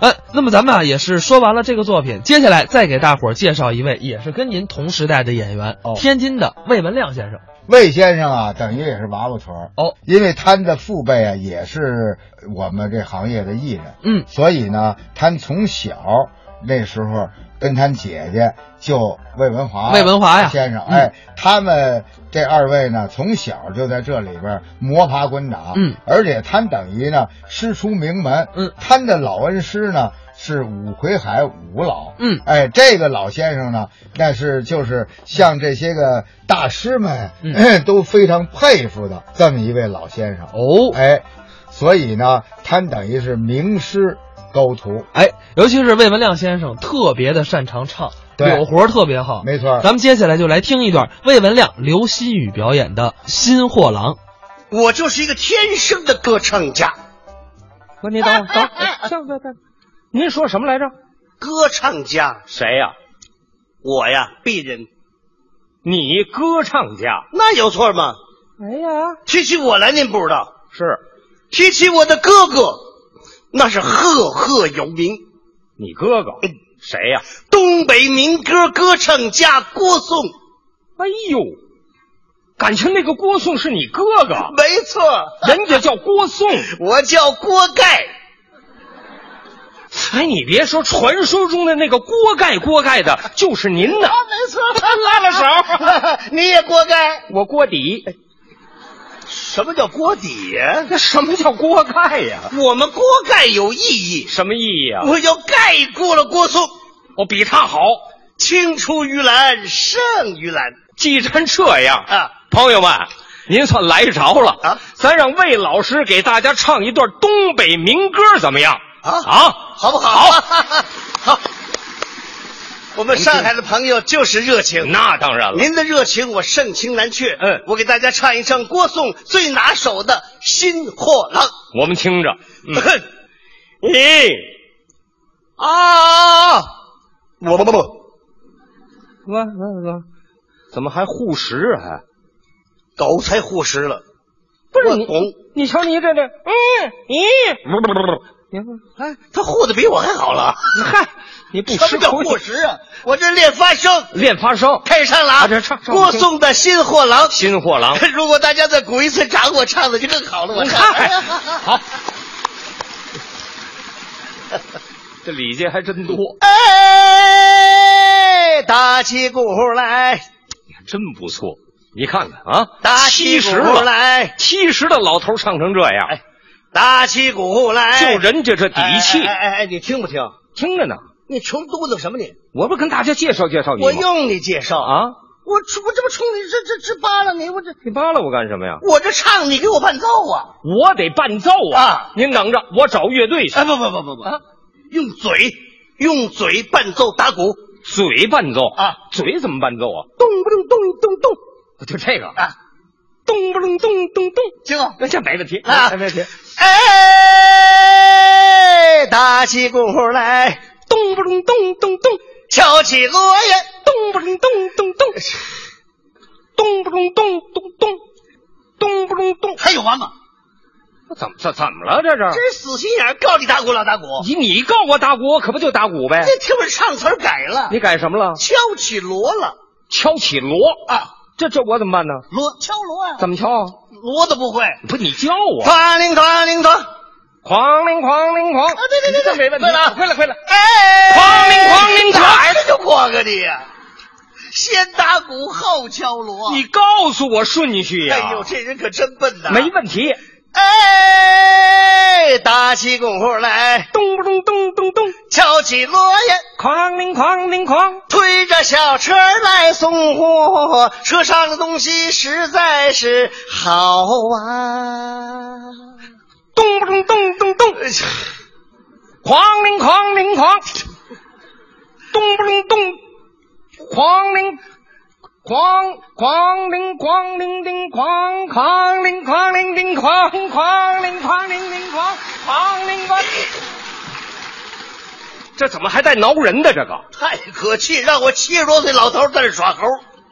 嗯，那么咱们啊也是说完了这个作品，接下来再给大伙儿介绍一位也是跟您同时代的演员，哦天津的魏文亮先生。魏先生啊，等于也是娃娃屯儿哦，因为他的父辈啊也是我们这行业的艺人，嗯，所以呢，他从小那时候跟他姐姐就魏文华、魏文华呀先生，嗯哎，他们这二位呢，从小就在这里边摸爬滚打，嗯，而且他等于呢师出名门，嗯，他的老恩师呢是武魁海武老，嗯哎，这个老先生呢，那是就是像这些个大师们、嗯 都非常佩服的这么一位老先生。哦，哎，所以呢，他等于是名师高徒，哎，尤其是魏文亮先生特别的擅长唱，对有活儿特别好。没错儿。咱们接下来就来听一段魏文亮、刘希雨表演的《新货郎》。我就是一个天生的歌唱家，不是，您等会儿，等会儿，行行行，您说什么来着？歌唱家，谁呀、我呀，鄙人，你歌唱家？那有错吗？哎呀，提起我来，您不知道；是提起我的哥哥，那是赫赫有名，你哥哥？谁呀、东北民歌歌唱家郭颂。哎呦，感情那个郭颂是你哥 哥，没错，人家叫郭颂。我叫锅盖，哎，你别说，传说中的那个锅盖锅盖的，就是您呢。没错，拉了手， 你也锅盖。 我锅底，什么叫锅底呀、那什么叫锅盖呀、我们锅盖有意义，什么意义啊？我要盖过了郭颂，我比他好，青出于蓝胜于蓝既然这样，啊。朋友们，您算来着了啊！咱让魏老师给大家唱一段东北民歌，怎么样？啊啊！好不好？ 好，我们上海的朋友就是热情，那当然了，您的热情我盛情难却。嗯我给大家唱一唱郭颂最拿手的《新货郎》。我们听着。嗯咦、啊！我不不不，我我我，怎么还护食啊？还狗才护食了，不是我你懂。你瞧你这这，嗯咦，不不不不，你看哎，他护的比我还好了。你看，你不什吃么叫口护水食啊？我这练发声，练发声，开始唱了啊！啊这唱唱郭颂的《新货郎》。 新货郎。如果大家再鼓一次掌，我唱的就更好了。我唱。 嗨，好，这礼节还真多，哎，打起鼓来，真不错。你看看啊，打七起鼓十了。来，七十的老头唱成这样，哎打起鼓来，就人家这底气，哎哎哎哎，你听不听？听着呢。你穷嘟囔什么你？我不是跟大家介绍介绍你吗？我用你介绍！啊，我出我这不冲你这这这扒拉你，我这你扒拉我干什么呀？我这唱你给我伴奏啊！我得伴奏啊！啊您等着，我找乐队去，哎不不不不不，用嘴用嘴伴奏打鼓，嘴伴奏啊，嘴怎么伴奏啊？哦咚不咚咚咚咚就这个，啊，咚不隆咚咚咚，行啊。那这没问题啊没问题。哎，打起鼓来，咚不隆咚咚咚，敲起锣呀！咚不隆咚咚咚，咚不隆咚咚咚，咚不隆咚。还有完吗？怎么这怎么了？这是真死心眼儿，告你打鼓老打鼓，你你告我打鼓，我可不就打鼓呗？这听着唱词儿改了，你改什么了？敲起锣了敲起锣啊！这这我怎么办呢？锣敲锣啊，怎么敲啊？锣都不会。不是你教我，哐铃哐铃哐，哐铃哐铃哐，啊对对对对这没问题，会了会了会了，哎，哐铃哐铃哐哪儿的就破个你呀？先打鼓后敲锣，你告诉我顺序呀、哎呦，这人可真笨呐！没问题，哎，打起鼓来，咚不咚咚咚咚，敲起锣呀！哐铃哐铃哐，推着小车来送货，车上的东西实在是好啊！咚不咚咚咚咚，哎哐铃哐铃哐，咚不咚咚，哐铃。哐哐铃哐铃铃哐哐铃哐铃铃哐哐铃哐铃铃哐哐铃哐，这怎么还带挠人的这个？太可气，让我七十多岁老头儿在这耍猴。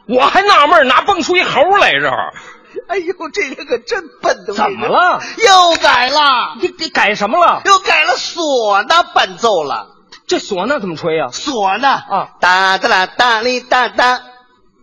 我还纳闷儿哪蹦出一猴来这儿？哎呦，这人可真笨的。怎么了？又改了，你你改什么了？又改了唢呐伴奏了。这唢呐怎么吹啊？唢呐啊，哒哒啦哒哩哒哒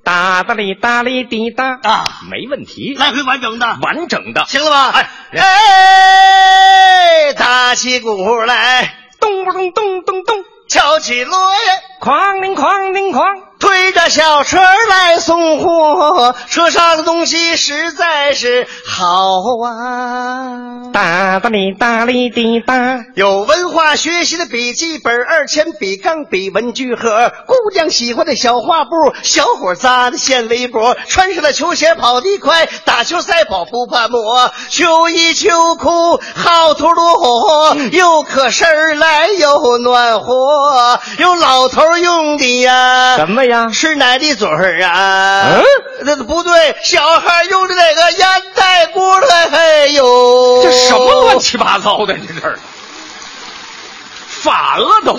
哒哒哩哒哩滴哒，啊，没问题，来回完整的，完整的。行了吧？哎哎，打起鼓来，咚不咚咚咚咚，敲起锣来。哐铃哐铃哐，推着小车来送货，车上的东西实在是好啊！哒哒哩哒哩滴哒。有文化学习的笔记本、二铅笔、钢笔、文具盒，姑娘喜欢的小画布，小伙扎的线围脖，穿上了球鞋跑得快，打球赛跑不怕磨，秋衣秋裤好土炉火，又可身儿来又暖和，有老头儿用的 呀。什么呀？吃奶的嘴儿啊！嗯，那不对，小孩用的那个烟袋锅了，哎呦，这什么乱？七八糟的？你这是反了都！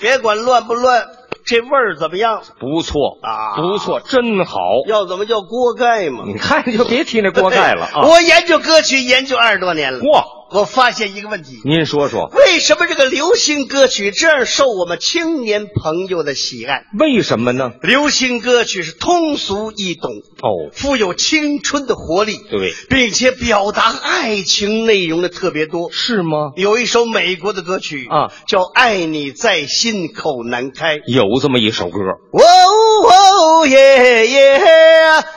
别管乱不乱，这味儿怎么样？不错啊不错，真好。要怎么叫锅盖嘛？你看，你就别提那嗯锅盖了啊！我研究歌曲研究二十多年了，嚯，我发现一个问题：您说说，为什么这个流行歌曲这样受我们青年朋友的喜爱？为什么呢？流行歌曲是通俗易懂，哦，富有青春的活力，对，并且表达爱情内容的特别多。是吗？有一首美国的歌曲啊叫《爱你在心口难开》。有这么一首歌，哦哦耶耶，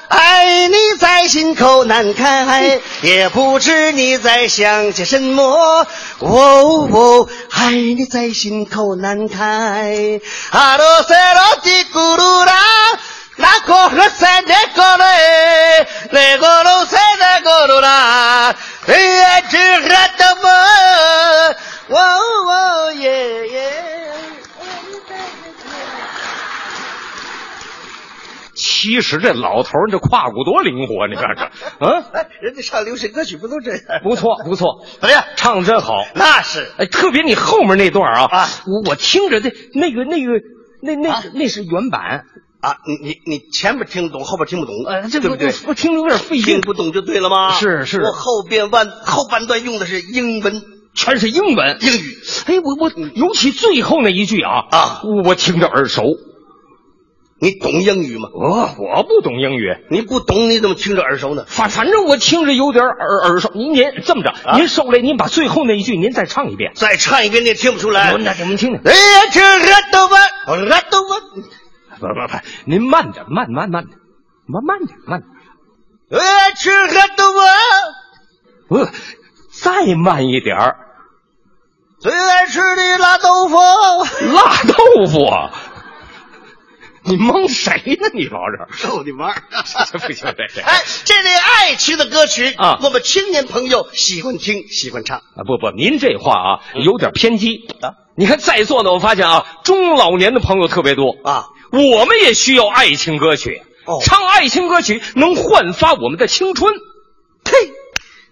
爱你在心口难开，也不知你在想些什么。哦哦，爱你在心口难开。阿罗塞罗蒂古鲁拉。那个和塞那个嘞，那个路塞那个路啦，哎呀，这还的么？哦哦耶耶。其实这老头儿这胯骨多灵活，你看这，嗯，哎，人家唱流行歌曲不都这样？不错不错，怎么样？唱得真好。那是哎，特别你后面那段啊，啊我我听着那那个那个那那、啊那是原版，啊，你你你前边听懂，后边听不懂，呃，这对个不对？我我听着有点费听劲，不懂就对了吗？是是我后边半后半段用的是英文全是英文。英语哎，我我尤其最后那一句啊啊，我我听着耳熟。你懂英语吗？我我不懂英语，你不懂你怎么听着耳熟呢？反反正我听着有点耳耳熟。您您这么着，啊您受累，您把最后那一句您再唱一遍，再唱一遍你也听不出来我。那给我们听听。哎呀，这热豆吧，热豆吧，不不不，您慢着，慢慢慢着，慢慢点，慢点。哎呀，这热豆吧，不，再慢一点儿。最爱吃的辣豆 腐。辣豆腐，你蒙谁呢？你老是，逗你玩儿这不行这这哎，这类爱情的歌曲啊我们青年朋友喜欢听，喜欢唱。啊！不不，您这话啊有点偏激嗯啊。你看在座的，我发现啊，中老年的朋友特别多啊，我们也需要爱情歌曲。哦唱爱情歌曲能焕发我们的青春，呸，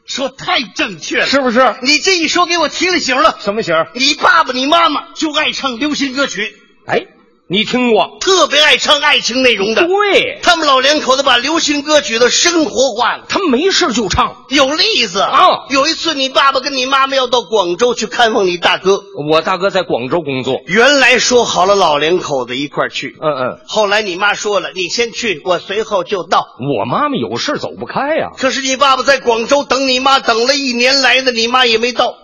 说太正确了。 是不是？你这一说给我提了醒了，什么型儿？你爸爸、你妈妈就爱唱流行歌曲，哎，你听过？特别爱唱爱情内容的。对，他们老两口子把流行歌曲都生活化了。他没事就唱。有例子啊有一次你爸爸跟你妈妈要到广州去看望你大哥，我大哥在广州工作，原来说好了老两口子一块儿去，嗯嗯，后来你妈说了，你先去，我随后就到。我妈妈有事走不开呀、可是你爸爸在广州等你妈，等了一年来的，你妈也没到，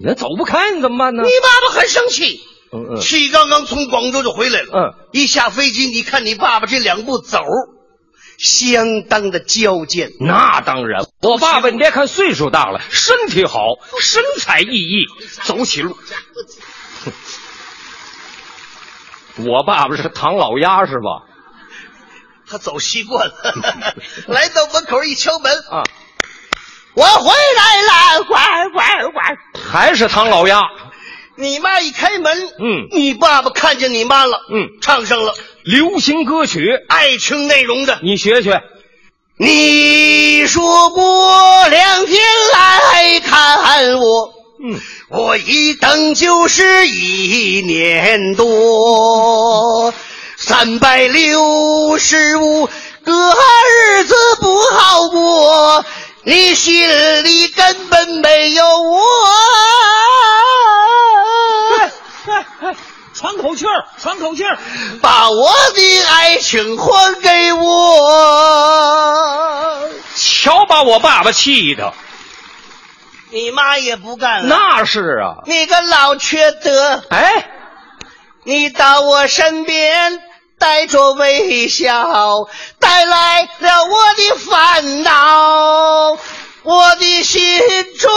也走不开，你怎么办呢你？爸爸很生气。嗯嗯，气刚刚从广州就回来了。嗯，一下飞机，你看你爸爸这两步走，相当的矫健。那当然，我爸爸你别看岁数大了，身体好，身材奕奕，走起路。我爸爸是唐老鸭是吧？他走习惯 了，来到门口一敲门，啊，我回来了，乖乖乖！还是唐老鸭。你妈一开门，嗯你爸爸看见你妈了，嗯，唱上了流行歌曲，爱情内容的。你学学。你说过两天来看我。嗯，我一等就是一年多，三百六十五哥日子不好过，你心里根本没有我。哎喘口气儿，喘口气儿。把我的爱情还给我。瞧把我爸爸气的，你妈也不干了，那是啊。你个老缺德！哎，你到我身边，带着微笑，带来了我的烦恼。我的心中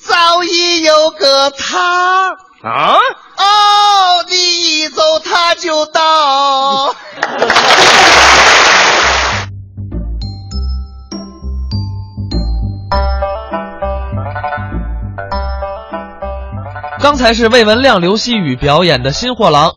早已有个他，啊，哦，你一走他就到。刚才是魏文亮、刘希宇表演的《新货郎》，